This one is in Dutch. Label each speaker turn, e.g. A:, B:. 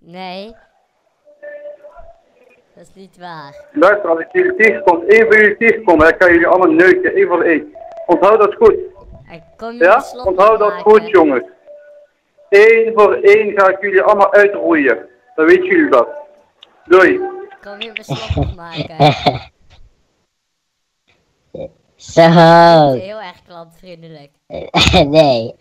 A: Nee. Dat is niet waar.
B: Luister, als ik jullie tegenkom, één van jullie tegenkom, dan kan jullie allemaal neuken, één van één. Onthoud dat goed,
A: Ik kom je
B: ja?
A: een slot
B: Onthoud dat
A: maken.
B: goed, jongens. Eén voor één ga ik jullie allemaal uitroeien. Dan weten jullie dat. Doei.
A: Kom je beslag maken.
C: Zo.
A: Heel erg klantvriendelijk.
C: nee.